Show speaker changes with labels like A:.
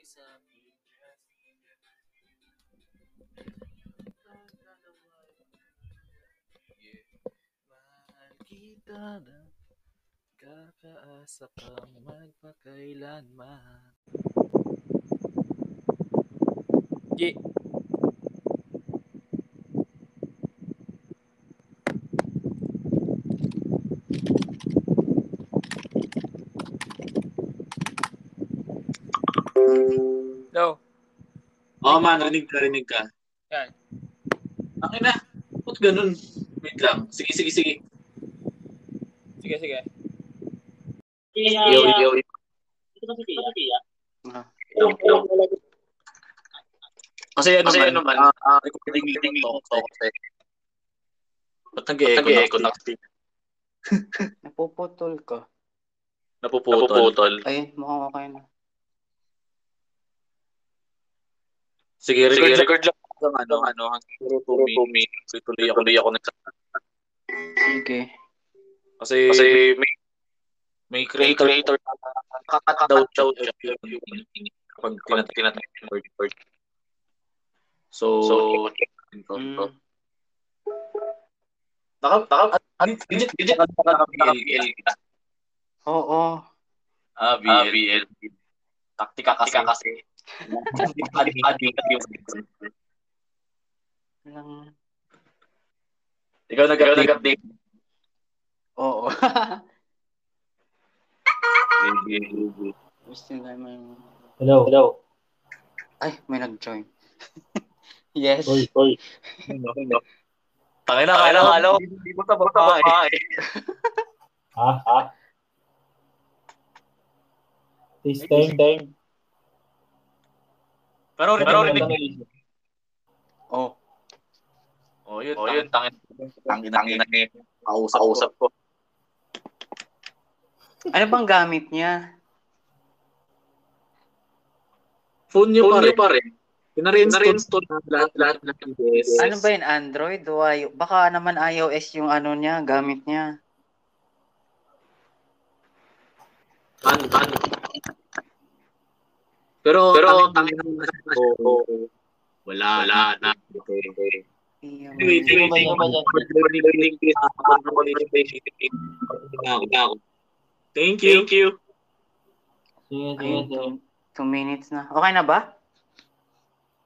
A: isa. Yeah. Mahal kita na kakaasa kang magpakailanman.
B: Ye. No.
C: Oo, man, rinig ka, rinig ka.
B: Yan.
C: Ang ina, ba't ganun? Wait lang. Sige, sige, sige.
B: Sige, sige.
C: Yo, yo, yo. Kasi ano
D: Kasi
C: man,
D: ano man,
C: ah, ah,
D: recording
C: recording
D: link
C: link
D: to
C: to kasi. Ba't nag-e-echo na
D: Nag-e-echo
C: ako?
D: na.
E: Napuputol ka.
C: Napuputol.
D: Napuputol.
E: Ayun, mukhang okay na.
C: Sige,
D: Sige,
C: record lang.
D: record lang
C: Hanggang ano, ano, hanggang
D: po,
C: 2
D: may
C: minutes. Tuloy ako.
D: tuloy ako nagsasabi.
E: Sige.
C: Kasi,
D: Kasi may
C: may creator.
D: creator
C: Kakat daw
D: daw daw siya
C: kapag
D: kapag
C: tinatay.
D: tinatay mo record.
C: So,
D: So,
E: Mm.
C: Naka, naka,
D: legit,
C: legit,
D: legit,
C: legit, naka,
D: BL ka.
E: Oo.
D: Ah,
C: Ah, BL.
D: BL.
C: Taktika kasi.
D: Tika kasi. Adi, adi, adi.
E: Lang.
C: Ikaw
D: Ikaw
C: nag-update.
D: nag-update.
E: Oo.
D: BL.
E: Gusto nga may...
F: Hello. Hello.
E: Ay, may nag-join. yes.
F: Oy, oy.
C: Tangina,
D: Tangina,
C: kala-
D: kala-
C: Hindi mo tama
D: Tama
C: pa eh.
D: ka eh.
F: Ha? Ha? This time, time.
C: Pero rinig,
F: Pero
C: pero
F: rinig
C: rinig.
F: na issue.
E: Oh.
C: Oh, yun.
D: O yun, tangin. Tangin, tangin na eh.
C: Kausap.
D: Kausap ko.
E: Ano bang gamit niya?
C: Phone nyo
D: Phone
C: pa
D: niyo
C: rin.
D: pa rin.
C: Pinarinstall na lahat, lahat, lahat ng yes.
E: Ano ba yun? Android? O I- Baka naman iOS yung ano niya, gamit niya.
C: Ano, ano. Pero,
D: Pero,
C: tangin
D: Oo.
C: Wala, wala
D: Wala na.
C: na.
E: Iyan.
C: Wait, wait, wait. Learning this. Thank you.
F: Sige, sige,
E: Ayun,
F: sige.
E: two, two minutes na. Okay na ba?